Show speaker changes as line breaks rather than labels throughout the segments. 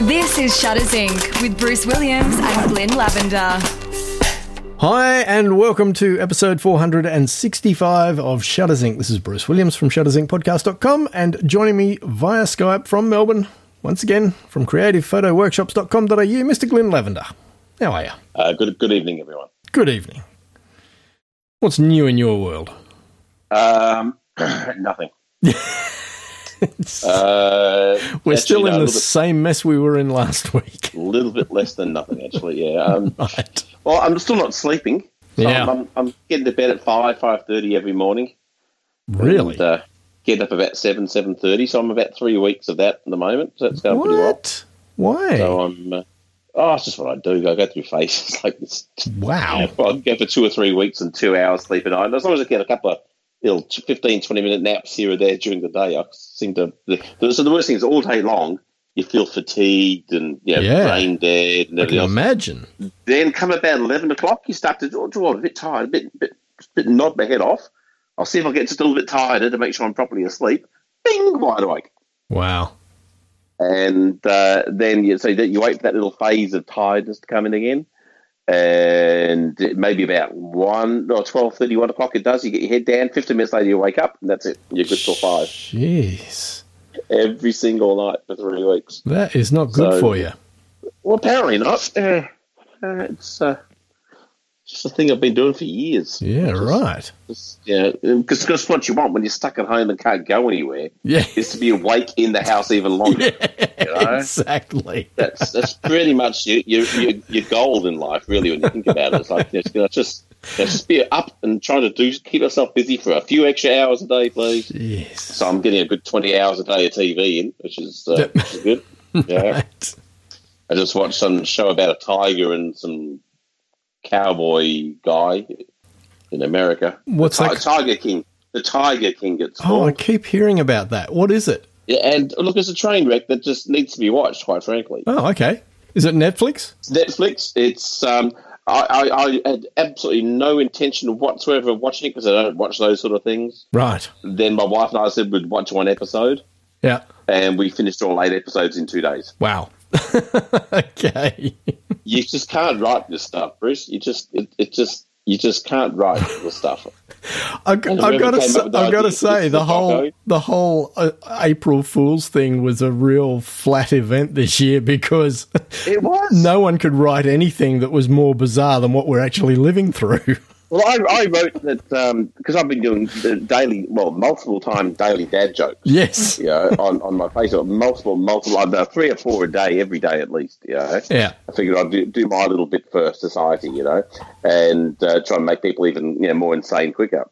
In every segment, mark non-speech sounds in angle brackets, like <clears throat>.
This is Shutters Inc. with Bruce Williams and Glenn Lavender.
Hi, and welcome to episode 465 of Shutters Inc. This is Bruce Williams from shuttersincpodcast.com, and joining me via Skype from Melbourne, once again from creativephotoworkshops.com.au, Mr. Glenn Lavender. How are you?
Uh, good, good evening, everyone.
Good evening. What's new in your world?
Um, <clears throat>
<laughs>
nothing. Uh,
We're
actually,
still
no,
in
a
the
little bit-
same mess we were in last <laughs> week.
little bit less than nothing, actually. Yeah. Um,
Right.
well, I'm still not sleeping. So
Yeah.
I'm, I'm, I'm getting to bed at five, five thirty every morning.
Really?
And, uh, get up about seven, seven thirty. So I'm about three weeks of that at the moment. So that's going pretty well.
What? Why?
So I'm. Uh, oh, it's just what I do. I go through phases <laughs> like this.
wow.
You know, I'll go for two or three weeks and two hours sleep a night. As long as I get a couple of little t- 15, 20 minute naps here or there during the day, I seem to. The, the- so the worst thing is all day long, you feel fatigued and you know,
Yeah.
brain dead and
I can
everything else.
imagine.
Then come about 11 o'clock, you start to oh, draw a bit tired, a bit, bit, bit nod my head off. I'll see if I get just a little bit tired to make sure I'm properly asleep. Bing, wide awake.
Wow.
And uh, then you so that you wait for that little phase of tiredness to come in again. And it may be about one or 12, 31 o'clock it does. You get your head down. 15 minutes later, you wake up, and that's it. You're good till five
Jeez.
every single night for three weeks.
That is not good
So-
for you.
Well, apparently not. Uh, uh, it's uh, just a thing I've been doing for years.
Yeah,
Just-
right.
just, yeah, because what you want when you're stuck at home and can't go anywhere
Yeah.
<laughs> is to be awake in the house even longer. know?
exactly.
that's that's pretty much your your, your your goal in life, really. When you think about it, it's like you know, just you know, spear up and trying to do keep yourself busy for a few extra hours a day, please.
Jeez.
So I'm getting a good twenty hours a day of TV in, which is, uh,
Yep.
which is good. Yeah,
Right.
I just watched some show about a tiger and some cowboy guy in America.
What's
Ti-
that?
Tiger King. The Tiger King gets
Oh, I
called.
keep hearing about that. What is it?
Yeah, and look, it's a train wreck that just needs to be watched. Quite frankly.
Oh, okay. Is it Netflix?
Netflix. It's um, I, I, I had absolutely no intention whatsoever of watching it because I don't watch those sort of things.
Right.
Then my wife and I said we'd watch one episode,
Yeah.
and we finished all eight episodes in two days.
Wow. <laughs> okay.
You just can't write this stuff, Bruce. You just it, it just you just can't write the stuff.
I, I've
whoever
got to.
came
Say,
up
I've
with
got
the
to
idea
say
is
the
the
whole
doco.
the whole uh, April Fool's thing was a real flat event this year because <laughs>
It was
no one could write anything that was more bizarre than what we're actually living through. <laughs>
Well, I, I wrote that because I've been doing the daily, well, multiple time daily dad jokes.
yes.
You know, on, on my Facebook, multiple, multiple, about three or four a day, every day at least. You know?
Yeah.
I figured I'd do, do my little bit for society, you know, and uh, try and make people even you know more insane quicker.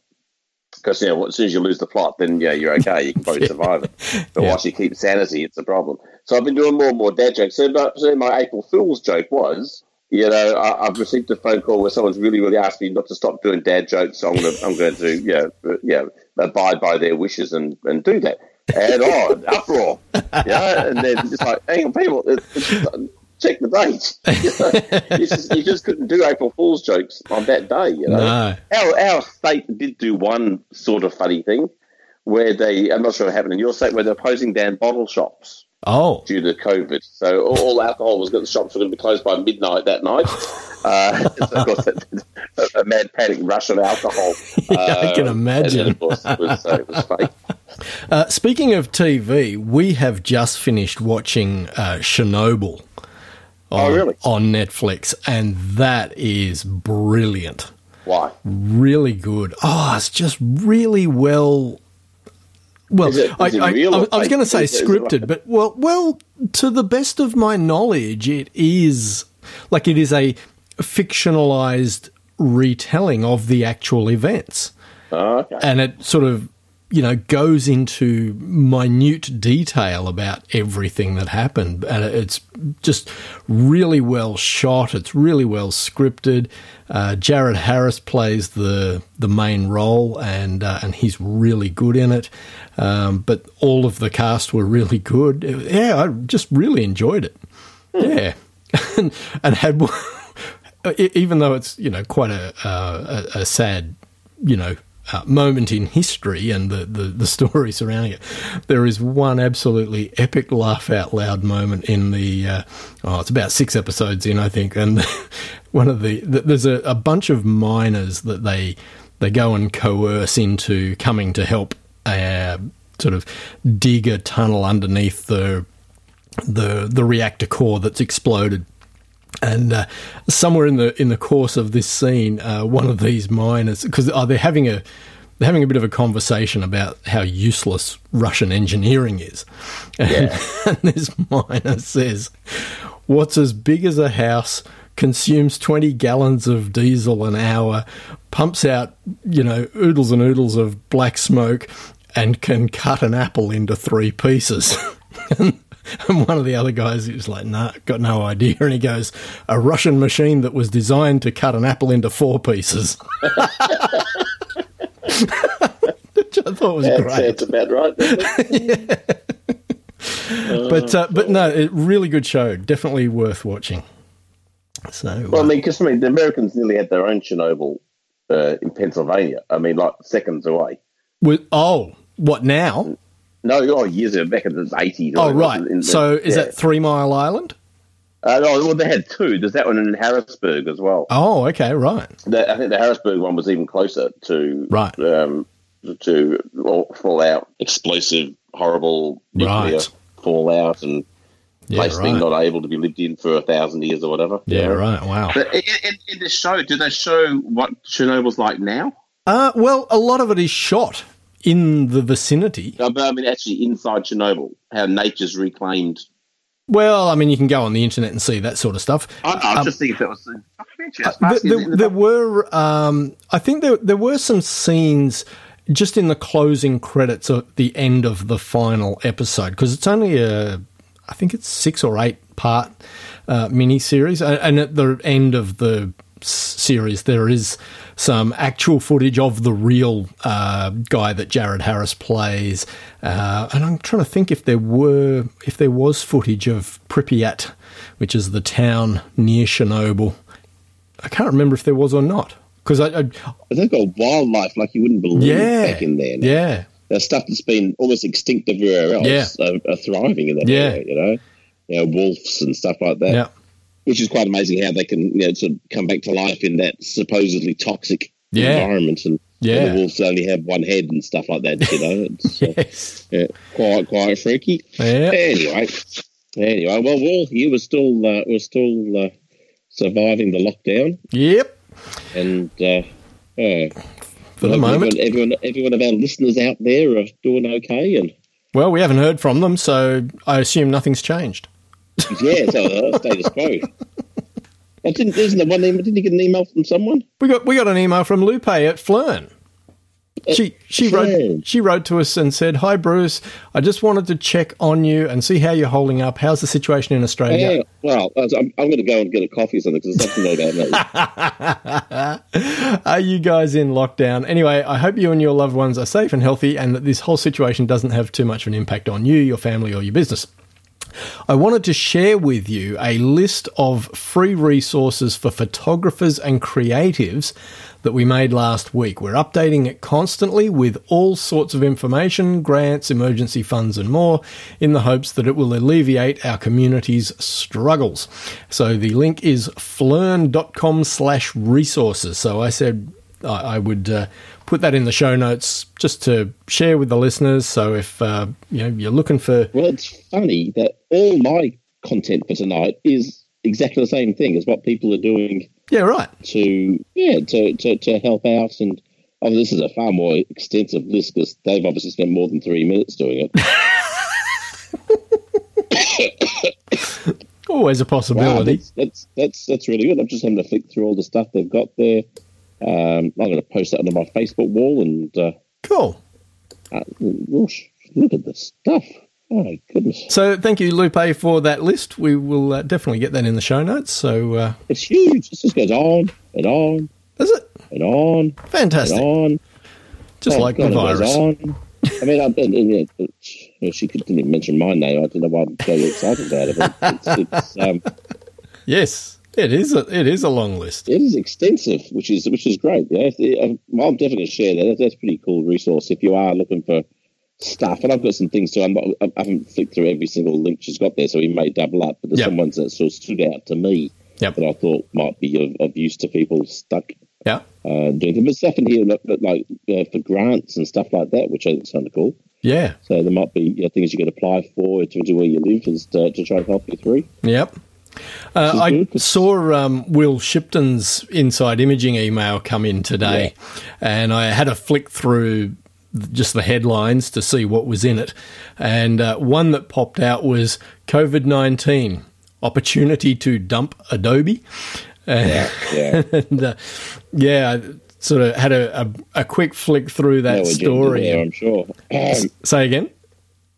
Because you know, as soon as you lose the plot, then yeah, you're okay. You
<laughs>
can probably survive it. But
Yeah.
once you keep sanity, it's a problem. So I've been doing more and more dad jokes. So my, so my April Fool's joke was, you know, I, I've received a phone call where someone's really, really asked me not to stop doing dad jokes. So I'm going to, I'm going to, you know, uh, you know, abide by their wishes and, and do that. And on
<laughs>
uproar, you know, and then it's like, hang on, people, it, it's, check the date. <laughs> you, just, you just couldn't do April Fool's jokes on that day. You know,
No.
our our state did do one sort of funny thing where they I'm not sure what happened in your state where they're closing down bottle shops
Oh.
due to COVID. So all, all alcohol was going the shops were going to be closed by midnight that night. Uh, <laughs> so of course, a, a mad panic rush of
<laughs>
alcohol.
I can
Uh,
imagine.
And then, of course, it was, uh, it
<laughs>
was fake.
Uh, speaking of TV, we have just finished watching uh, Chernobyl. On,
Oh, really?
on Netflix, and that is brilliant.
Why?
Really good. Oh, it's just really well. Well,
Is it-
I,
is it
I,
real
I,
or
I was
fake?
going to say
Is it- is it like-
scripted, but well, well, to the best of my knowledge, it is like it is a fictionalized retelling of the actual events <laughs>
Oh, okay.
and it sort of you know goes into minute detail about everything that happened and it's just really well shot it's really well scripted uh, jared harris plays the the main role and uh, and he's really good in it um, but all of the cast were really good It- yeah i just really enjoyed it yeah <laughs> and, and had <laughs> e- even though it's you know quite a uh, a, a sad you know uh, moment in history and the, the, the story surrounding it. There is one absolutely epic laugh out loud moment in the, uh, oh, it's about six episodes in, I think. And <laughs> one of the, th- there's a, a bunch of miners that they, they go and coerce into coming to help uh, sort of dig a tunnel underneath the, the, the reactor core that's exploded. And uh, somewhere in the in the course of this scene, uh, one of these miners because oh, they're having a they're having a bit of a conversation about how useless Russian engineering is, and,
Yeah.
<laughs> and this miner says, "What's as big as a house?" Consumes 20 gallons of diesel an hour, pumps out, you know, oodles and oodles of black smoke, and can cut an apple into three pieces. <laughs> and one of the other guys is like, nah, got no idea. And he goes, a Russian machine that was designed to cut an apple into four pieces. <laughs> Which I thought was
That
great.
sounds about right. doesn't
<laughs>
it?
But uh, but no, it really good show. Definitely worth watching. So uh,
well, I mean, because I mean, the Americans nearly had their own Chernobyl uh, in Pennsylvania. I mean, like seconds away.
with- oh, what now?
No, oh, years ago, back in the eighties.
Oh right. So is that Three Mile Island?
Uh, no, well, they had two. There's that one in Harrisburg as well.
Oh, okay, right.
The, I think the Harrisburg one was even closer to
Right.
um, to all- fallout, explosive, horrible nuclear
Right.
fallout, and
Yeah,
place being
right.
not able to be lived in for a thousand years or whatever.
Yeah, right. Wow.
But in, in, in this show, do they show what Chernobyl's like now?
Uh, well, a lot of it is shot in the vicinity.
No, but I mean, actually, inside Chernobyl, how nature's reclaimed.
Well, I mean, you can go on the internet and see that sort of stuff.
I, I was
Um, uh,
just thinking if that was. I was
there,
asking,
there,
isn't it?
there were, um, I think there there were some scenes just in the closing credits at the end of the final episode because it's only a, I think it's six or eight part uh, mini series, and at the end of the s- series there is some actual footage of the real uh, guy that Jared Harris plays, uh, and I'm trying to think if there were if there was footage of Pripyat, which is the town near Chernobyl. I can't remember if there was or not because I, I
But they've got wildlife like you wouldn't believe
yeah
back in there. now.
yeah
The stuff that's been almost extinct everywhere else
Yeah.
are, are thriving in that
Yeah.
area, you know? You know, wolves and stuff like that,
yeah
which is quite amazing how they can you know, sort of come back to life in that supposedly toxic
Yeah.
environment. And, and
Yeah.
the wolves only have one head and stuff like that, you know?
<laughs>
It's, uh,
yes
<laughs> yeah, quite, quite freaky.
yeah
Anyway, anyway, well, well, you were still, uh, were still uh, surviving the lockdown,
yep
and uh, uh,
for the
hope
moment.
everyone, everyone, everyone of our listeners out there are doing okay, and
Well, we haven't heard from them, so I assume nothing's changed.
yeah, so uh, status quo.
<laughs>
I didn't, isn't there one email? Didn't you get an email from someone?
We got we got an email from Lupe at Flern. She she
Flern.
wrote she wrote to us and said, "Hi Bruce, I just wanted to check on you and see how you're holding up. How's the situation in
Yeah.
Australia?"
well, I was- I'm, I'm going to go and get a coffee or something because there's something about
<laughs>
that.
Are you guys in lockdown? Anyway, I hope you and your loved ones are safe and healthy and that this whole situation doesn't have too much of an impact on you, your family, or your business. I wanted to share with you a list of free resources for photographers and creatives that we made last week. We're updating it constantly with all sorts of information, grants, emergency funds, and more in the hopes that it will alleviate our community's struggles. So the link is flern.com slash resources. So I said I, I would uh, put that in the show notes just to share with the listeners. So if uh, you know, you're looking for
Well, it's funny that all my content for tonight is exactly the same thing as what people are doing
yeah, right.
to yeah to, to, to help out and oh this is a far more extensive list because they've obviously spent more than three minutes doing it
Always a
wow
possibility.
that's, that's that's that's really good i'm just having to flick through all the stuff they've got there um, i'm going to post that on my facebook wall and uh,
Cool.
uh, whoosh, look at the stuff oh my goodness
So thank you, Lupe, for that list. We will uh, definitely get that in the show notes. So uh,
it's huge this just goes on and on
is it
and on and
fantastic?
on
Just
Oh,
like the
God, it goes
virus.
on. I mean, I, and, and, yeah, but, you know, she couldn't even mention my name. I don't know why I'm so excited about it. But it's, it's, um,
Yes. It is a it is a long list.
It is extensive, which is which is great. Yeah, If- if- well, I'm definitely going to share that. That's, that's a pretty cool resource if you are looking for stuff. And I've got some things too. I'm not, I haven't flicked through every single link she's got there, so we may double up. But there's
Yeah.
some ones that sort of stood out to me
Yep.
that I thought might be of, of use to people stuck
Yeah.
uh, doing them. There's stuff in here like, but like uh, for grants and stuff like that, which I think sounded cool.
Yeah.
So there might be you know, things you could apply for to, to where you live and to, to try and help you through.
Yep. Uh,
is
I
good, 'cause-
saw um, Will Shipton's Inside Imaging email come in today, and I had a flick through th- just the headlines to see what was in it. And uh, one that popped out was COVID 19 opportunity to dump Adobe. <laughs>
Yeah, yeah.
And uh, yeah, I sort of had a, a, a quick flick through <laughs> that
No agenda
story.
there, I'm sure. <clears throat>
Say again?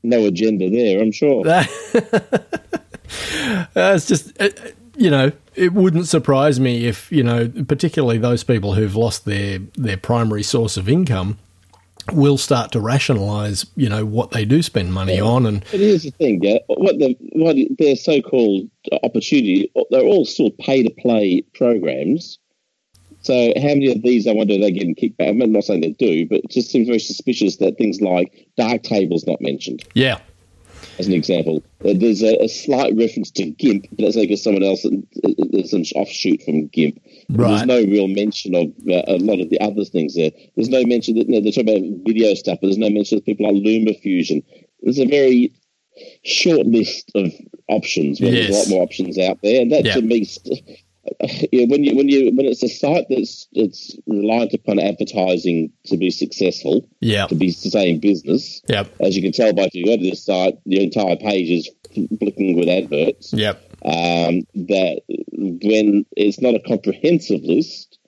no agenda there, I'm sure.
Uh, it's just, uh, uh, you know, it wouldn't surprise me if, you know, particularly those people who've lost their, their primary source of income will start to rationalize, you know, what they do spend money on. And
But here's the thing, yeah, what the what their so-called opportunity, they're all still pay-to-play programs. So how many of these I wonder are they getting kickback? I'm not saying they do, but it just seems very suspicious that things like Dark Table's not mentioned
yeah,
as an example. Uh, There's a, a slight reference to GIMP, but that's like it's someone else. uh, There's an offshoot from GIMP. But
Right.
There's no real mention of uh, a lot of the other things there. There's no mention that you know, they're talking about video stuff, but there's no mention of people like LumaFusion. There's a very short list of options. Where There's a
Yes.
lot more options out there, and that
Yeah.
to me. St- <laughs> yeah, when you when you when it's a site that's it's reliant upon advertising to be successful,
yeah,
to be to stay in business,
yep,
as you can tell by if you go to this site, the entire page is flicking with adverts.
yep,
Um, that when it's not a comprehensive list,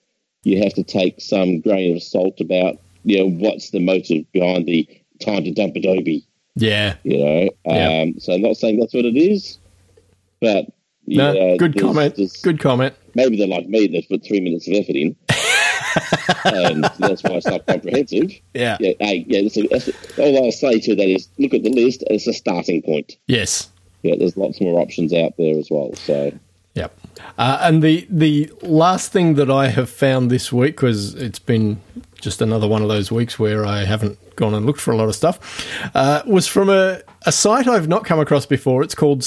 you have to take some grain of salt about you know what's the motive behind the time to dump Adobe.
yeah.
You know, um,
Yeah.
so I'm not saying that's what it is, but you
No,
know,
good
there's-
comment.
there's-
Good comment.
Maybe they're like me; they put three minutes of
<laughs>
effort in, and that's why it's not comprehensive.
Yeah.
Yeah, hey, yeah. That's, that's, all I'll say to that is look at the list. It's a starting point.
Yes.
Yeah, there's lots more options out there as well. So
Yep. Uh, and the the last thing that I have found this week because it's been just another one of those weeks where I haven't gone and looked for a lot of stuff uh, was from a, a site I've not come across before. It's called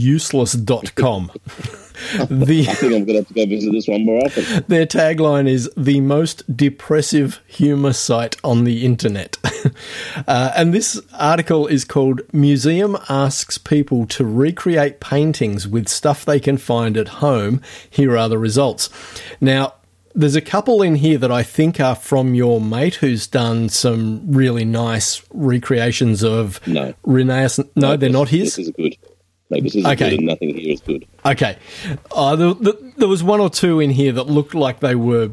sadanduseless.com. <laughs>
I
the
think I'm going to have to go visit this one more often.
their tagline is the most depressive humor site on the internet. <laughs> uh, and this article is called Museum Asks People to Recreate Paintings with Stuff They Can Find at Home. Here are the results. Now, there's a couple in here that I think are from your mate who's done some really nice recreations of
No.
Renaissance. No, <laughs> they're not his.
This is good. No, this is
Okay.
good, and nothing here is good.
Okay. Uh, there, th there was one or two in here that looked like they were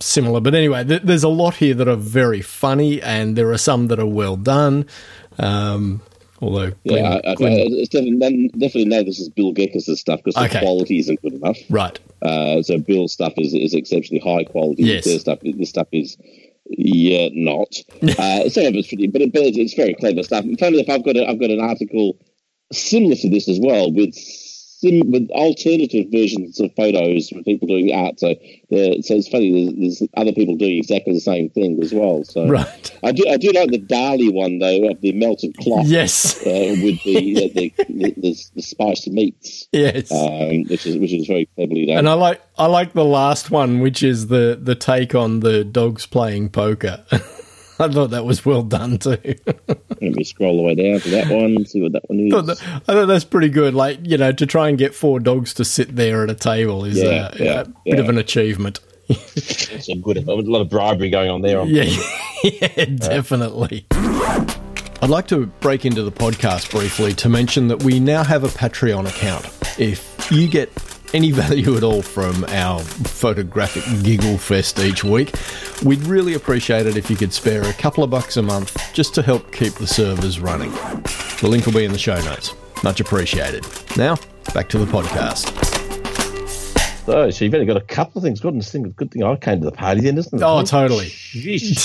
similar. But anyway, th- there's a lot here that are very funny, and there are some that are well done. Um, although, Glenn-
Yeah, I, I,
Glenn-
it's definitely, none- definitely no. This is Bill Geckers' stuff because the
Okay.
quality isn't good enough.
right.
Uh, so Bill's stuff is, is exceptionally high quality.
Yes.
Their stuff, this stuff is yeah not.
<laughs>
uh, some of it's pretty, but, it, but it's, it's very clever stuff. And Funnily enough, I've got a, I've got an article similar to this as well with sim, with alternative versions of photos from people doing art. So uh, so it's funny. There's, there's other people doing exactly the same thing as well. So
Right. <laughs>
I do I do like the Dali one though of the melted cloth.
Yes.
Uh, with the, uh, the, the, the the spiced meats,
Yes.
um, which is which is very cleverly done.
and I like I like the last one, which is the the take on the dogs playing poker. <laughs> I thought that was well done too.
Let me scroll the way down to that one, see what that one is.
I thought that- I thought that's pretty good. Like you know, to try and get four dogs to sit there at a table is
Yeah,
a,
yeah,
a bit of
yeah.
an achievement.
That's a good. A lot of bribery going on there.
Yeah, <laughs> yeah, definitely. I'd like to break into the podcast briefly to mention that we now have a Patreon account. If you get any <laughs> value at all from our photographic giggle fest each week, we'd really appreciate it if you could spare a couple of bucks a month just to help keep the servers running. The link will be in the show notes. Much appreciated. Now, back to the podcast.
So, so you've only got a couple of things. Goodness, thing, good thing I came to the party then, isn't it?
Oh, totally.
Jeez.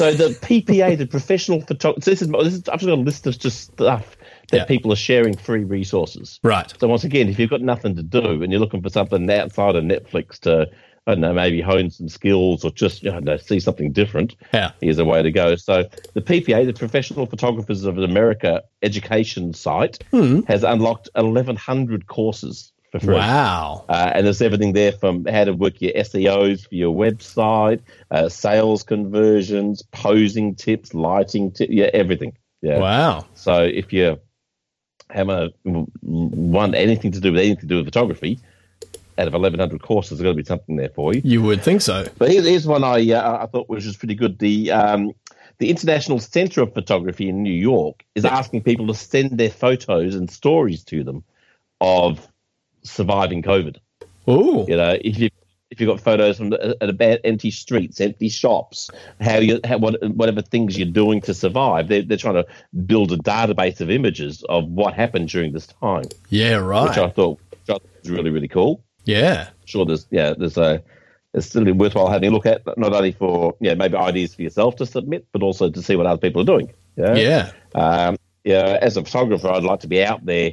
So the PPA, the professional photographer. This is this is I've just got a list of just stuff that
Yeah.
people are sharing free resources.
Right.
So once again, if you've got nothing to do and you're looking for something outside of Netflix to, I don't know, maybe hone some skills or just I don't know, see something different,
Yeah.
here's a way to go. So the PPA, the Professional Photographers of America education site, has unlocked 1,100 courses for free.
Hmm. Wow.
Uh, and there's everything there from how to work your SEOs for your website, uh, sales conversions, posing tips, lighting tips, yeah, everything. Yeah.
Wow.
So if you have a want anything to do with anything to do with photography, out of 1,100 courses, there's going to be something there for you.
You would think so.
But here's, here's one I uh, I thought was just pretty good. The um, the International Center of Photography in New York is asking people to send their photos and stories to them of surviving COVID.
Oh,
You know, if you if you've got photos from the, at about empty streets, empty shops, how you how, what, whatever things you're doing to survive, they're, they're trying to build a database of images of what happened during this time,
yeah,
which I
right.
thought, which I thought was really really cool.
Yeah.
Sure, there's yeah, there's a it's still worthwhile having a look at, not only for yeah maybe ideas for yourself to submit, but also to see what other people are doing.
Yeah.
Um, yeah, as a photographer, I'd like to be out there,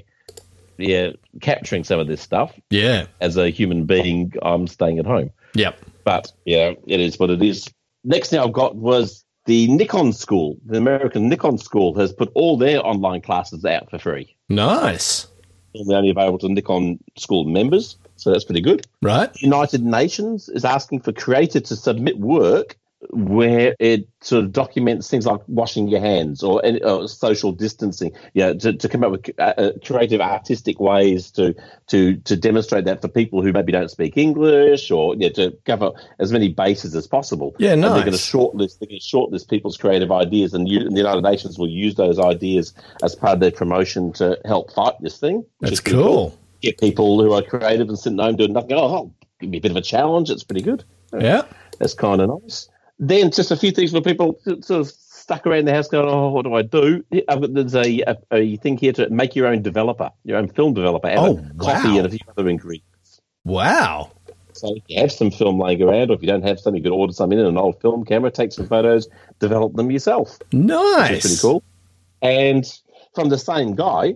yeah, capturing some of this stuff.
Yeah.
As a human being, I'm staying at home.
Yep.
But yeah, it is what it is. Next thing I've got was the Nikon School. The American Nikon School has put all their online classes out for free.
Nice.
They're only available to Nikon School members, so that's pretty good.
Right.
United Nations is asking for creators to submit work where it sort of documents things like washing your hands or, any- or social distancing. Yeah, to, to come up with uh, uh, creative, artistic ways to to to demonstrate that for people who maybe don't speak English or yeah, to cover as many bases as possible.
Yeah,
And they're
nice.
going to shortlist they're going to shortlist people's creative ideas, and, you, and the United Nations will use those ideas as part of their promotion to help fight this thing. which
That's
is pretty
cool.
get people who are creative and sitting at home doing nothing. Oh, oh, give me a bit of a challenge. It's pretty good.
Yeah.
That's kind of nice. Then just a few things for people sort of stuck around the house going, oh, what do I do? I've got, there's a, a, a thing here to make your own developer, your own film developer. Have
Oh,
a coffee
wow.
and a few other ingredients.
Wow.
So if you have some film laying around, or if you don't have some, you could order some in an old film camera, take some photos, develop them yourself
Nice.
which is pretty cool. And from the same guy,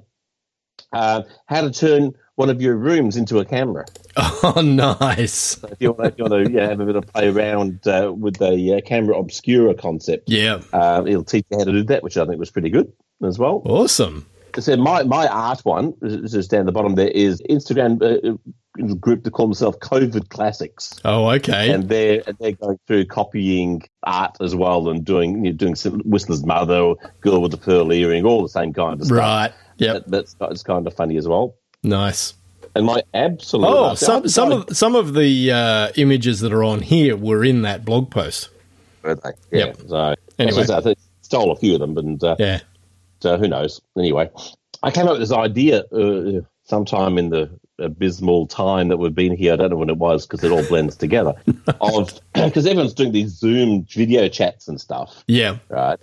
uh, how to turn one of your rooms into a camera.
<laughs> Oh, nice.
If you want to, you want to yeah, have a bit of play around uh, with the uh, camera obscura concept,
Yeah.
um, it'll teach you how to do that, which I think was pretty good as well.
Awesome.
So my, my art one, this is down the bottom there, is Instagram uh, uh, group that call themselves COVID Classics
Oh, okay.
and they're and they're going through copying art as well and doing you know, doing some Whistler's Mother or Girl with the Pearl Earring, all the same kind of stuff.
right. Yep.
That, that's that's kind of funny as well.
Nice.
And my absolute
Oh,
I've
some
decided
some of some of the uh, images that are on here were in that blog post.
to do it, yeah.
Yep.
So
Anyway.
anyway, I think I stole a few of them, and uh,
Yeah.
uh, who knows? Anyway, I came up with this idea uh, sometime in the abysmal time that we've been here. I don't know when it was because it all blends together. Of <clears throat> because everyone's doing these Zoom video chats and stuff.
Yeah.
right?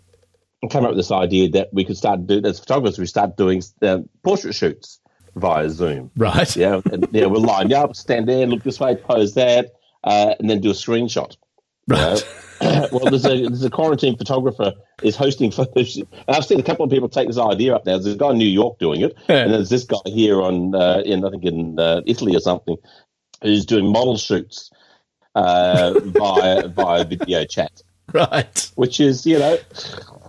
And came up with this idea that we could start doing, as photographers, we start doing um, portrait shoots via Zoom.
Right.
Yeah, and, yeah, we'll line up, stand there, look this way, pose that, uh, and then do a screenshot.
<laughs> Right.
<laughs> well, there's a, there's a quarantine photographer is hosting photos. And I've seen a couple of people take this idea up now. There's a guy in New York doing it,
Yeah.
and there's this guy here on uh, in I think in uh, Italy or something who's doing model shoots
<laughs>
uh, via via video chat
Right.
which is you know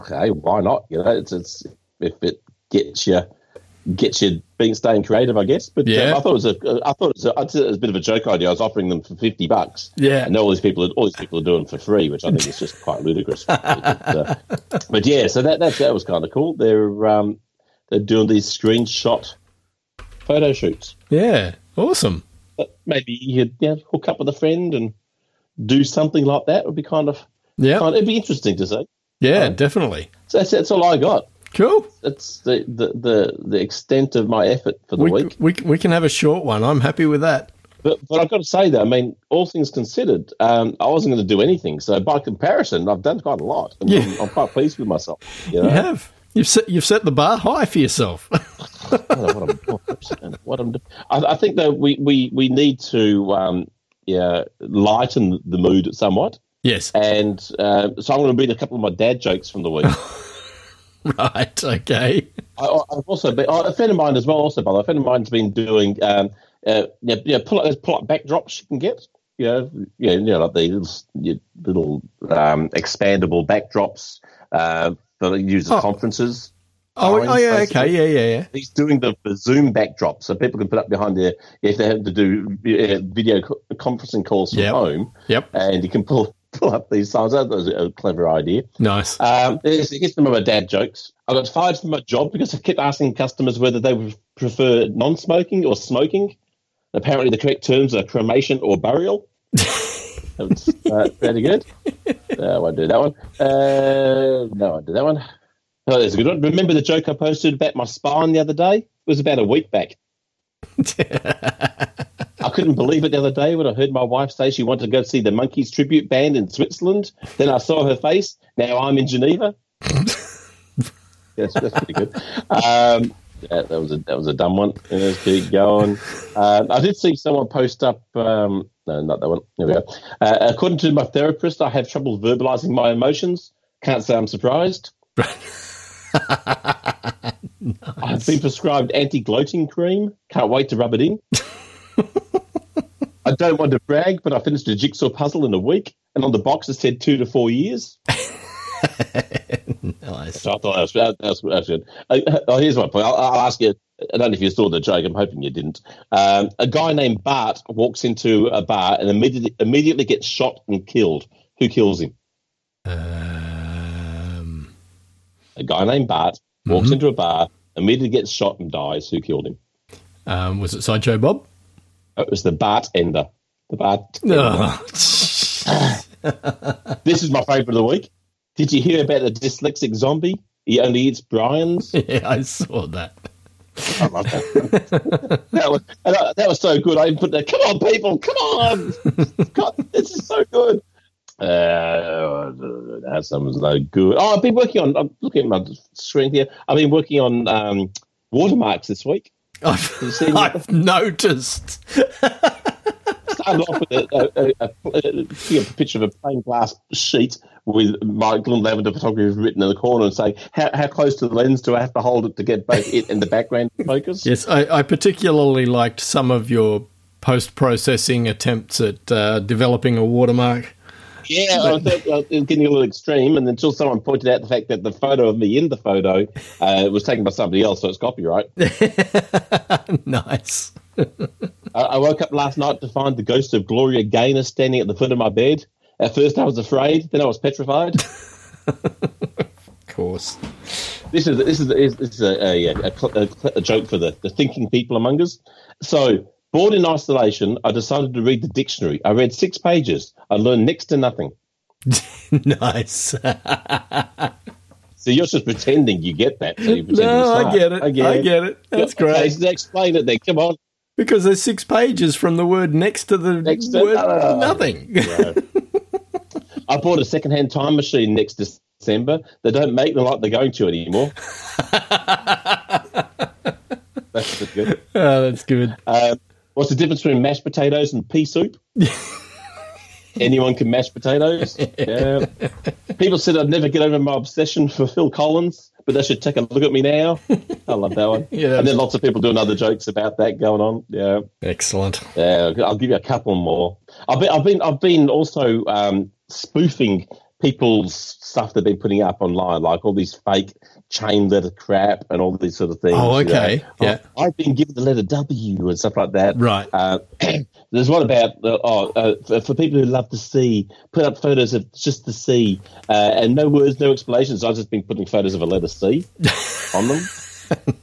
okay why not you know it's, it's if it gets you gets you being staying creative i guess but
Yeah.
um, i thought it was a i thought it was a, I'd say it was a bit of a joke idea i was offering them for 50 bucks
Yeah.
and all these people all these people are doing it for free which i think is just quite ludicrous but, uh, but yeah so that that, that was kind of cool they're um they're doing these screenshot photo shoots
Yeah. Awesome.
but maybe you'd yeah, hook up with a friend and do something like that would be kind of,
Yeah.
kind of it'd be interesting to see
Yeah. Definitely.
so that's, that's all I got.
Cool.
That's the, the, the, the extent of my effort for the
We,
week.
we we can have a short one. I'm happy with that.
But, but I've got to say that, I mean, all things considered, um, I wasn't going to do anything. So by comparison, I've done quite a lot. And
Yeah.
I'm, I'm quite pleased with myself. You
You
know?
have. You've set, you've set the bar high for yourself. <laughs>
I don't know what I'm, what I'm doing. I, I think that we, we, we need to um, yeah, lighten the mood somewhat.
Yes.
And um, so I'm going to read a couple of my dad jokes from the week.
Right. Okay.
I, I've also been, oh, a friend of mine as well, also, by the way, a friend of mine's been doing, um, uh, yeah, yeah, pull up those pull up backdrops you can get. You know, yeah, you know, like the little, your little um, expandable backdrops uh, that they use at
Oh.
conferences.
Oh,
Orange,
oh yeah.
basically.
Okay. Yeah. Yeah. Yeah.
He's doing the, the Zoom backdrop, so people can put up behind their if they have to do uh, video co- conferencing calls from
Yep.
home,
Yep.
and you can pull <laughs> pull up these signs. That was a clever idea.
<laughs> Nice.
Um, here's, here's some of my dad jokes. I got fired from my job because I kept asking customers whether they would prefer non-smoking or smoking. Apparently, the correct terms are cremation or burial. that was uh, pretty good. Uh, I won't do that one. Uh, no, I'll do that one. Oh, there's a good one. Remember the joke I posted about my spine the other day? It was about a week back. I couldn't believe it the other day when I heard my wife say she wanted to go see the Monkeys tribute band in Switzerland. Then I saw her face. Now I'm in Geneva. yes, that's pretty good. Um, yeah, that was a that was a dumb one. Yeah, Let's keep going. Um, I did see someone post up. Um, no, not that one. There we go. Uh, according to my therapist, I have trouble verbalizing my emotions. Can't say I'm surprised. I've been prescribed anti-gloating cream. Can't wait to rub it in. I don't want to brag, but I finished a jigsaw puzzle in a week, and on the box it said two to four years.
nice.
So I thought that was, that was, that was good. Uh, oh, here's one point. I'll, I'll ask you. I don't know if you saw the joke. I'm hoping you didn't. Um, a guy named Bart walks into a bar and immediately immediately gets shot and killed. Who kills him?
Um,
A guy named Bart walks into a bar, immediately gets shot and dies. Who killed him?
um, was it Sideshow Bob?
Oh, It was the Bart Ender. The Bart.
Oh,
This is my favourite of the week. Did you hear about the dyslexic zombie? He only eats
<laughs>
Brian's.
yeah, I saw that.
I love that. that, was, and I- that was so good. I even put that. Come on, people! Come on! God, this is so good. Uh, that sounds no good. Oh, I've been working on. I'm looking at my screen here. I've been working on um, watermarks this week.
<laughs> I've,
seen-
I've noticed.
Started off with a, a, a, a, a picture of a plain glass sheet with my Glenn Lavender photography written in the corner and saying, how, "How close to the lens do I have to hold it to get both it and the background in focus?"
Yes, I, I particularly liked some of your post-processing attempts at uh, developing a watermark. <laughs>
Yeah, I thought well, it was getting a little extreme, and until someone pointed out the fact that the photo of me in the photo uh, was taken by somebody else, so
<laughs>
it's copyright.
nice.
I, I woke up last night to find the ghost of Gloria Gaynor standing at the foot of my bed. At first, I was afraid, then I was
<laughs>
petrified.
Of course.
this is this is this is a, a, yeah, a, cl- a, cl- a joke for the, the thinking people among us. So, bored in isolation, I decided to read the dictionary. I read six pages. I learned next to nothing.
<laughs> Nice.
So you're just pretending you get that. So you're pretending
no,
you're
I
smart.
get it. I get, it. That's
Okay,
great.
so explain it then. Come on.
Because there's six pages from the word next to the
Next to-
word
no, no, no, no.
nothing.
Oh,
<laughs>
I bought a second-hand time machine next December. They don't make them like they're going
<laughs>
to anymore. That's pretty good.
oh, that's good.
Um, what's the difference between mashed potatoes and
<laughs>
pea soup? Anyone can mash potatoes. Yeah. People said I'd never get over my obsession for Phil Collins, but they should take a look at me now. I love that one.
<laughs> Yeah.
And then lots of people doing other jokes about that going on. Yeah.
Excellent.
Yeah, I'll give you a couple more. I've been, I've been, I've been also um, spoofing people's stuff they've been putting up online, like all these fake chain letter crap and all these sort of things.
Oh,
you know.
okay. Yeah.
Oh, I've been given the letter W and stuff like that.
Right.
Uh, <clears throat> there's one about uh, oh, uh, for, for people who love the sea, put up photos of just the sea uh, and no words, no explanations. I've just been putting photos of a letter C on
<laughs>
them.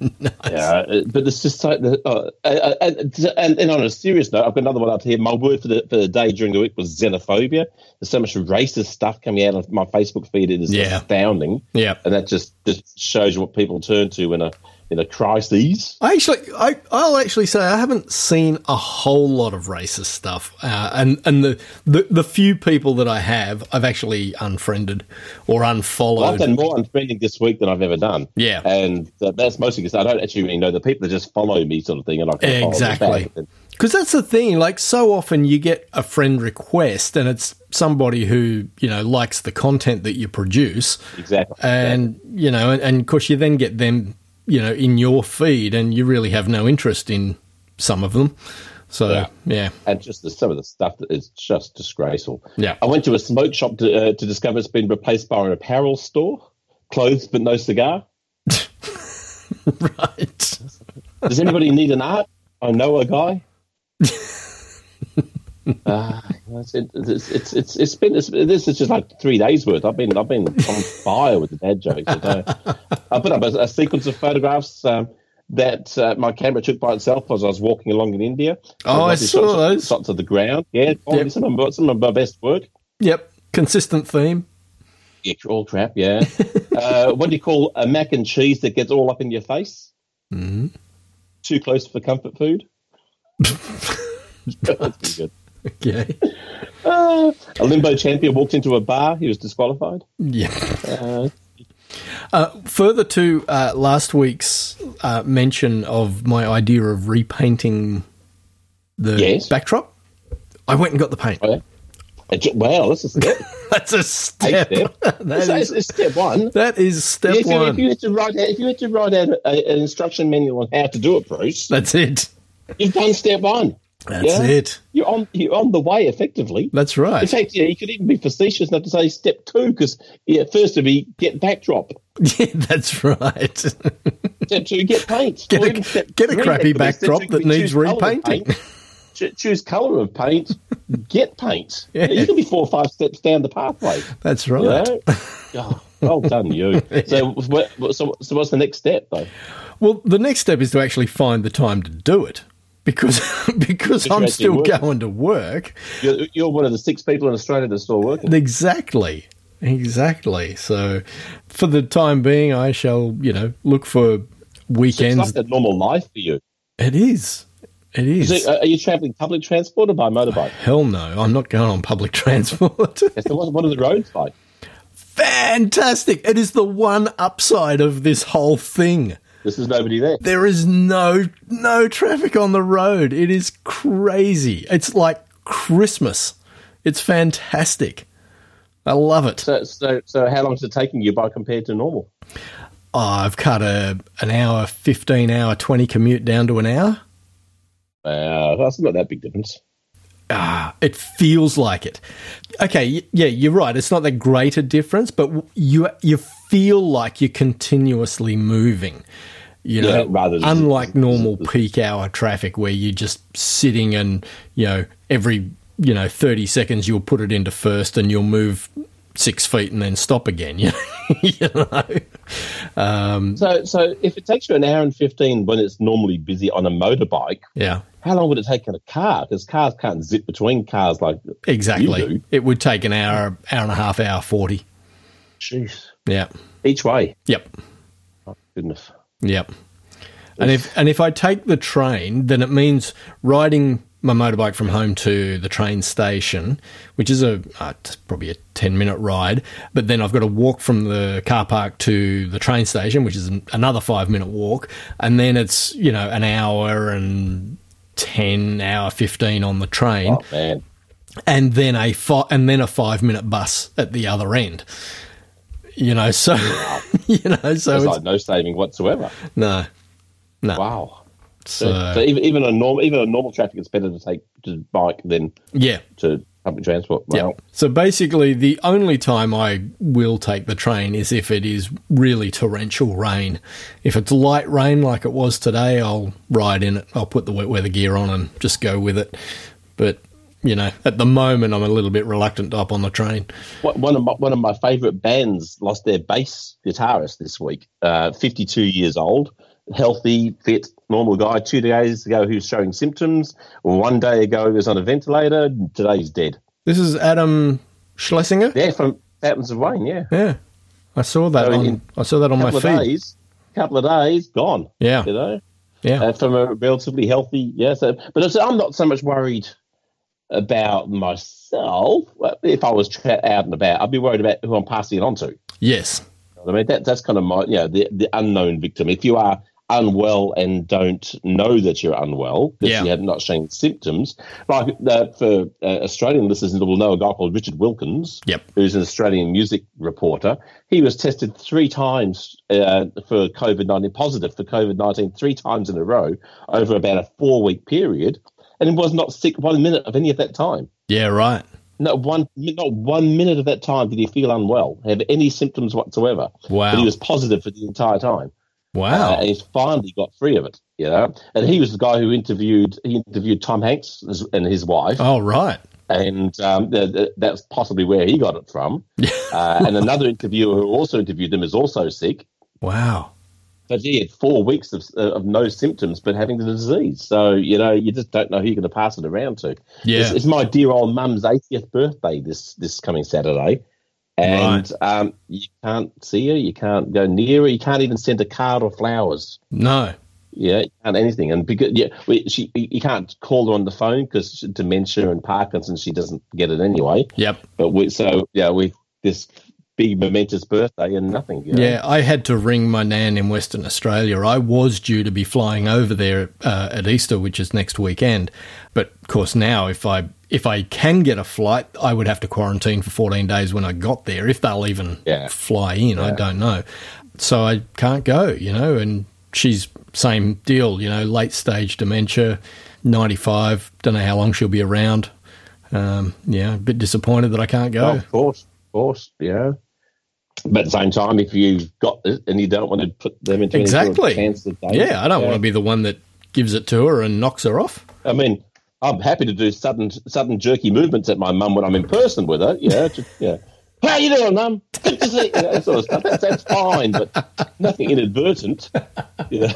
Yeah, uh, but it's just like the. Uh, uh, and, and, and on a serious note, I've got another one up here. My word for the, for the day during the week was xenophobia. There's so much racist stuff coming out of my Facebook feed. It is
Yeah.
astounding,
Yeah.
and that just, just shows you what people turn to in a in a crisis.
I actually, I, I'll actually say I haven't seen a whole lot of racist stuff, uh, and and the, the the few people that I have, I've actually unfriended or
I've
unfollowed.
done more unfriending this week than I've ever done.
Yeah.
and uh, that's mostly because I don't actually really know the people that just follow me, sort of thing, and I can follow them back.
exactly, Because that's the thing, like so often you get a friend request and it's somebody who, you know, likes the content that you produce.
Exactly.
And, you know, and, and of course you then get them, you know, in your feed and you really have no interest in some of them. So,
Yeah.
yeah. <laughs>
and just the, some of the stuff that is just disgraceful.
Yeah.
I went to a smoke shop to, uh, to discover it's been replaced by an apparel store. Clothes, but no cigar.
right.
Does anybody need an art? I know
<laughs>
a guy. uh, it's, it's, it's, it's, it's been it's, this is just like three days worth. I've been I've been on fire with the dad jokes. I, I put up a, a sequence of photographs um, that uh, my camera took by itself as I was walking along in India.
Oh, I
Lots of
saw
shots,
those.
shots of the ground. Yeah, Oh,
Yep.
some, of my, some of my best work.
Yep. Consistent theme.
Yeah, all crap.
<laughs>
Yeah. uh, what do you call a mac and cheese that gets all up in your face?
Mm-hmm.
Too close for
<laughs>
comfort food. That's pretty good.
Okay. <laughs>
Uh, a limbo champion walked into a bar. He was disqualified.
yeah.
Uh,
further to uh, last week's uh, mention of my idea of repainting the
Yes.
backdrop, I went and got the paint.
oh, yeah. A j- Well, this is it.
<laughs> That's a step. <laughs>
step.
that,
it's,
is,
it's step one.
that is step
If you, if
one.
you had to write out, if you had to write out a, an instruction manual on how to do it, Bruce,
That's it.
you've done step one.
That's
Yeah.
it.
You're on you're on the way effectively.
That's
In
right.
fact, yeah, you could even be facetious enough to say step two, because yeah, first would be get backdrop.
<laughs> Yeah, that's right. <laughs>
Step two, get paint.
Get
Or
a-
even step
get a
three,
crappy
that could be- step
backdrop
two could
that
be
needs
choose colour of
repainting.
paint. Cho- choose colour of paint, get paint.
<laughs> Yeah.
You could be four or five steps down the pathway.
that's
You
right. <laughs>
know? Oh, well done, you. So, what, what- so, so what's the next step, though?
Well, the next step is to actually find the time to do it. Because <laughs> because
you're
I'm
actually
still
working.
going to work.
You're, you're one of the six people in Australia that's still working.
Exactly. Exactly. So, for the time being, I shall, you know, look for
It's
weekends.
like a normal life for you.
It is. It uh, is.
So, are you travelling public transport or by motorbike?
Hell no, I'm not going on public <laughs> transport.
So what, what are the roads like?
Fantastic. It is the one upside of this whole thing.
This is nobody there.
There is no no traffic on the road. It is crazy. It's like Christmas. It's fantastic. I love it.
So, so, so how long is it taking you by compared to normal?
I've cut a an hour, 15 hour, 20 commute down to an hour.
Uh, that's not that big difference.
Ah, it feels like it. Okay, y- yeah, you're right. It's not that great a difference, but w- you you feel like you're continuously moving. You know,
Yeah, rather than-
unlike normal peak hour traffic where you're just sitting and you know every you know 30 seconds you'll put it into first and you'll move six feet and then stop again. <laughs> You know, you know?
So, so if it takes you an hour and fifteen when it's normally busy on a motorbike,
yeah,
how long would it take in a car? Because cars can't zip between cars like You
exactly.
do.
It would take an hour, hour and a half, hour forty.
Jeez,
Yeah,
each way.
yep.
Goodness.
Yep. And if and if I take the train, then it means riding my motorbike from home to the train station, which is a uh, it's probably a ten minute ride. But then I've got to walk from the car park to the train station, which is an, another five minute walk, and then it's you know an hour and ten hour fifteen on the train,
Oh man.
and then a fi- and then a five minute bus at the other end. You know, so <laughs> you know, so it's,
There's like no saving whatsoever.
no, no.
Wow. So,
So,
so even, even on normal even on normal traffic, it's better to take to bike than
yeah,
to public transport. Wow.
yeah. So basically, the only time I will take the train is if it is really torrential rain. If it's light rain like it was today, I'll ride in it. I'll put the wet weather gear on and just go with it. But you know, at the moment, I'm a little bit reluctant to hop on the train.
Wh- One of my one of my favourite bands lost their bass guitarist this week. Uh, Fifty two years old, healthy, fit, normal guy. Two days ago, he was showing symptoms. One day ago, he was on a ventilator. Today, he's dead.
This is Adam Schlesinger.
Yeah, from Fountains of Wayne. Yeah,
Yeah, I saw that.
So
on,
Oh, in
I saw that on my
couple of
feed.
days, couple of days, gone.
Yeah.
you know,
Yeah,
uh, from a relatively healthy. Yeah, so but it's, I'm not so much worried about myself. If I was tra- out and about, I'd be worried about who I'm passing it on to.
yes,
I mean, that, that's kind of my, you know, the, the unknown victim. If you are unwell and don't know that you're unwell because
Yeah.
you have not shown symptoms. Like uh, for uh, Australian listeners, will know a guy called Richard Wilkins,
Yep.
who's an Australian music reporter. He was tested three times uh, for COVID nineteen positive for COVID nineteen three times in a row over about a four week period, and was not sick one minute of any of that time.
Yeah, right.
Not one, not one minute of that time did he feel unwell, have any symptoms whatsoever.
Wow.
But he was positive for the entire time. Uh,
Wow.
and he's finally got free of it, you know. And he was the guy who interviewed he interviewed Tom Hanks and his wife,
oh, right.
and um, th- th- that's possibly where he got
<laughs>
it from. uh, and another interviewer who also interviewed him is also sick,
Wow.
but he had four weeks of, of no symptoms but having the disease. So you know, you just don't know who you're going to pass it around to.
Yeah.
It's, it's my dear old mum's 80th birthday this this coming Saturday. And um, you can't see her, you can't go near her, you can't even send a card or flowers.
No.
Yeah, you can't anything, and because yeah, we, she you can't call her on the phone because dementia and Parkinson's, she doesn't get it anyway.
Yep.
But we so yeah, we this big momentous birthday and nothing. you know.
Yeah, I had to ring my nan in Western Australia. I was due to be flying over there uh, at Easter, which is next weekend. But of course, now if I if I can get a flight, I would have to quarantine for 14 days when I got there. If they'll even
Yeah.
fly in, I don't know. So I can't go, you know. And she's same deal, you know, late stage dementia, 95. Don't know how long she'll be around. Um, yeah, a bit disappointed that I can't go.
Oh, of course, of course, yeah. But at the same time, if you've got it and you don't want to put them into any sort of
Exactly.
cancer danger,
Yeah, I don't want to be the one that gives it to her and knocks her off.
I mean, I'm happy to do sudden sudden jerky movements at my mum when I'm in person with her. Yeah, just, yeah. How you doing, mum? Good to see you. know, that sort of stuff. That's, that's fine, but nothing inadvertent. Yeah.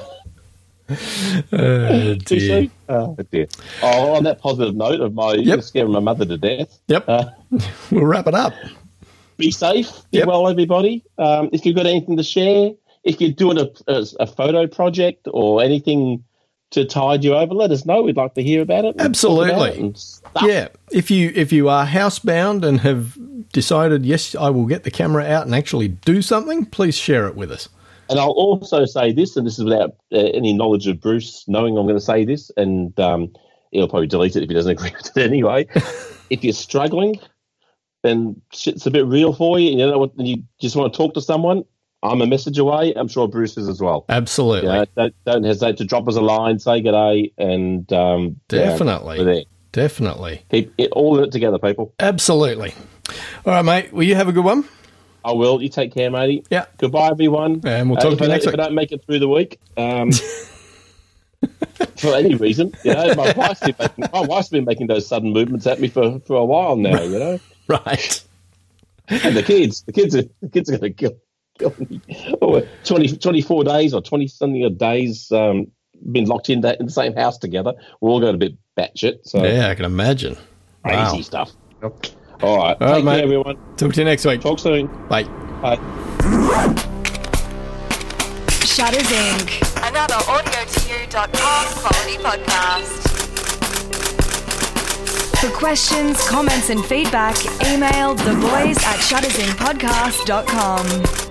Oh,
<laughs> Too soon? Oh, dear. Oh, on that positive note of my
Yep.
scaring my mother to death.
Yep,
Uh,
<laughs> we'll wrap it up.
be safe. Be
Yep.
well, everybody. Um, if you've got anything to share, if you're doing a, a, a photo project or anything to tide you over, let us know. We'd like to hear about it. and talk about
Absolutely.
it and stuff.
Yeah, if you if you are housebound and have decided yes, I will get the camera out and actually do something, please share it with us.
And I'll also say this, and this is without uh, any knowledge of Bruce knowing I'm going to say this, and um, he'll probably delete it if he doesn't <laughs> agree with it anyway. if you're struggling and shit's a bit real for you, and you, know what, and you just want to talk to someone, I'm a message away. I'm sure Bruce is as well.
Absolutely,
Yeah, don't, don't hesitate to drop us a line, say g'day, and um, yeah,
Definitely.
we're there.
definitely,
Keep it all in it together, people.
absolutely. All right, mate. Will you have a good one?
I will. You take care, matey.
Yeah.
Goodbye, everyone. Uh,
And we'll talk
if
to you
I don't-
next
If
week.
I don't make it through the week,
<laughs>
um, for any reason, you know, my wife's been making, my wife's been making those sudden movements at me for, for a while now, you know.
Right.
And the kids, the kids are the kids are going to kill, kill me. Oh, 20, 24 days or twenty something odd days. Um, been locked in that in the same house together. We're all going a bit batshit. So
Yeah, I can imagine.
crazy
Wow.
stuff. All right.
right,
Take
mate.
care, everyone.
Talk to you next week.
Talk soon.
Bye.
Bye.
Shutters Inc.
Another audio to you.com quality podcast.
For questions, comments, and feedback, email the boys at shuttersincpodcast.com.